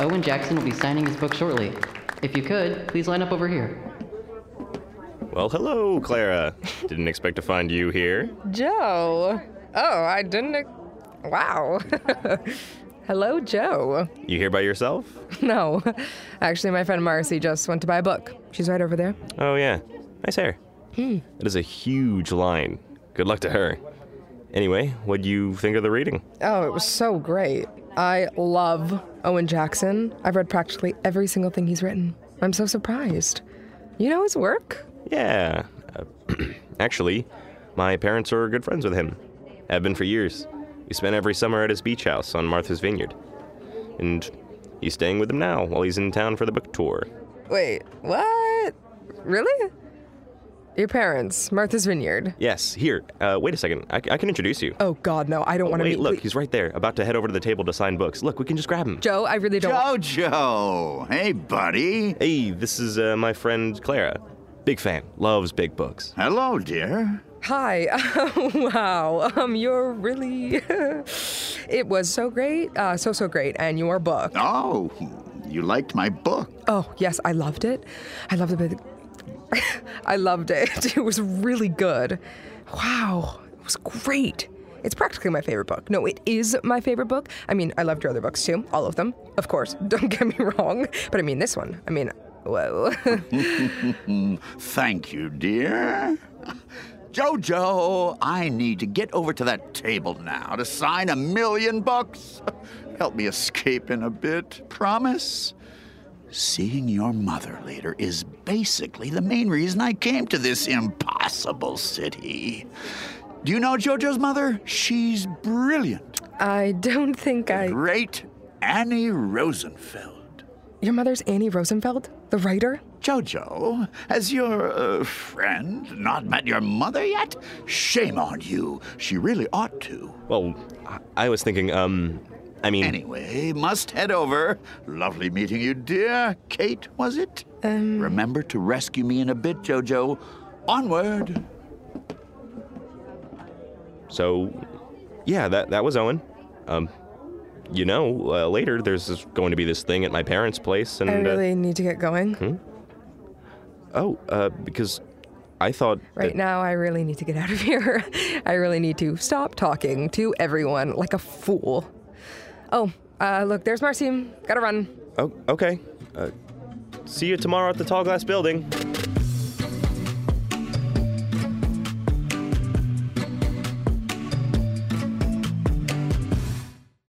Owen Jackson will be signing his book shortly. If you could, please line up over here. Well, hello, Clara. Didn't expect to find you here. Joe. Oh, I didn't. ex- Wow. Hello, Joe. You here by yourself? No, actually, my friend Marcy just went to buy a book. She's right over there. Oh, yeah. Nice hair. That is a huge line. Good luck to her. Anyway, what'd you think of the reading? Oh, it was so great. I love Owen Jackson. I've read practically every single thing he's written. I'm so surprised. You know his work? Yeah. Uh, actually, my parents are good friends with him. Have been for years. We spent every summer at his beach house on Martha's Vineyard. And he's staying with them now while he's in town for the book tour. Wait, what? Really? Your parents, Martha's Vineyard. Yes, here. Uh, wait a second. I, I can introduce you. Oh, God, no, I don't want to Wait, meet. look, wait, he's right there, about to head over to the table to sign books. Look, we can just grab him. Joe, I really don't. Jojo! Hey, buddy. Hey, this is uh, my friend Clara. Big fan, loves big books. Hello, dear. Hi. wow. Um, you're really. it was so great. Uh, so, so great. And your book. Oh, you liked my book. Oh, yes, I loved it. I loved it. but- I loved it. It was really good. Wow. It was great. It's practically my favorite book. No, it is my favorite book. I mean, I loved your other books too, all of them, of course. Don't get me wrong. But I mean, this one. I mean, whoa. Thank you, dear. Jojo, I need to get over to that table now to sign a million bucks. Help me escape in a bit, promise? Seeing your mother later is basically the main reason I came to this impossible city. Do you know Jojo's mother? She's brilliant. I don't think I. Great Annie Rosenfeld. Your mother's Annie Rosenfeld, the writer? Jojo, has your uh, friend not met your mother yet? Shame on you. She really ought to. Well, I, I was thinking, um, I mean, Anyway, must head over. Lovely meeting you, dear. Kate, was it? Remember to rescue me in a bit, Jojo. Onward. so yeah, that that was Owen. Um, you know, uh, later there's this, going to be this thing at my parents' place, and I uh, Oh, really need to get going. oh, uh, because I thought Right that- now, I really need to get out of here. I really need to stop talking to everyone like a fool. Oh, uh, look, there's Marcy. Gotta run. Oh, okay. Uh, see you tomorrow at the Tall Glass Building.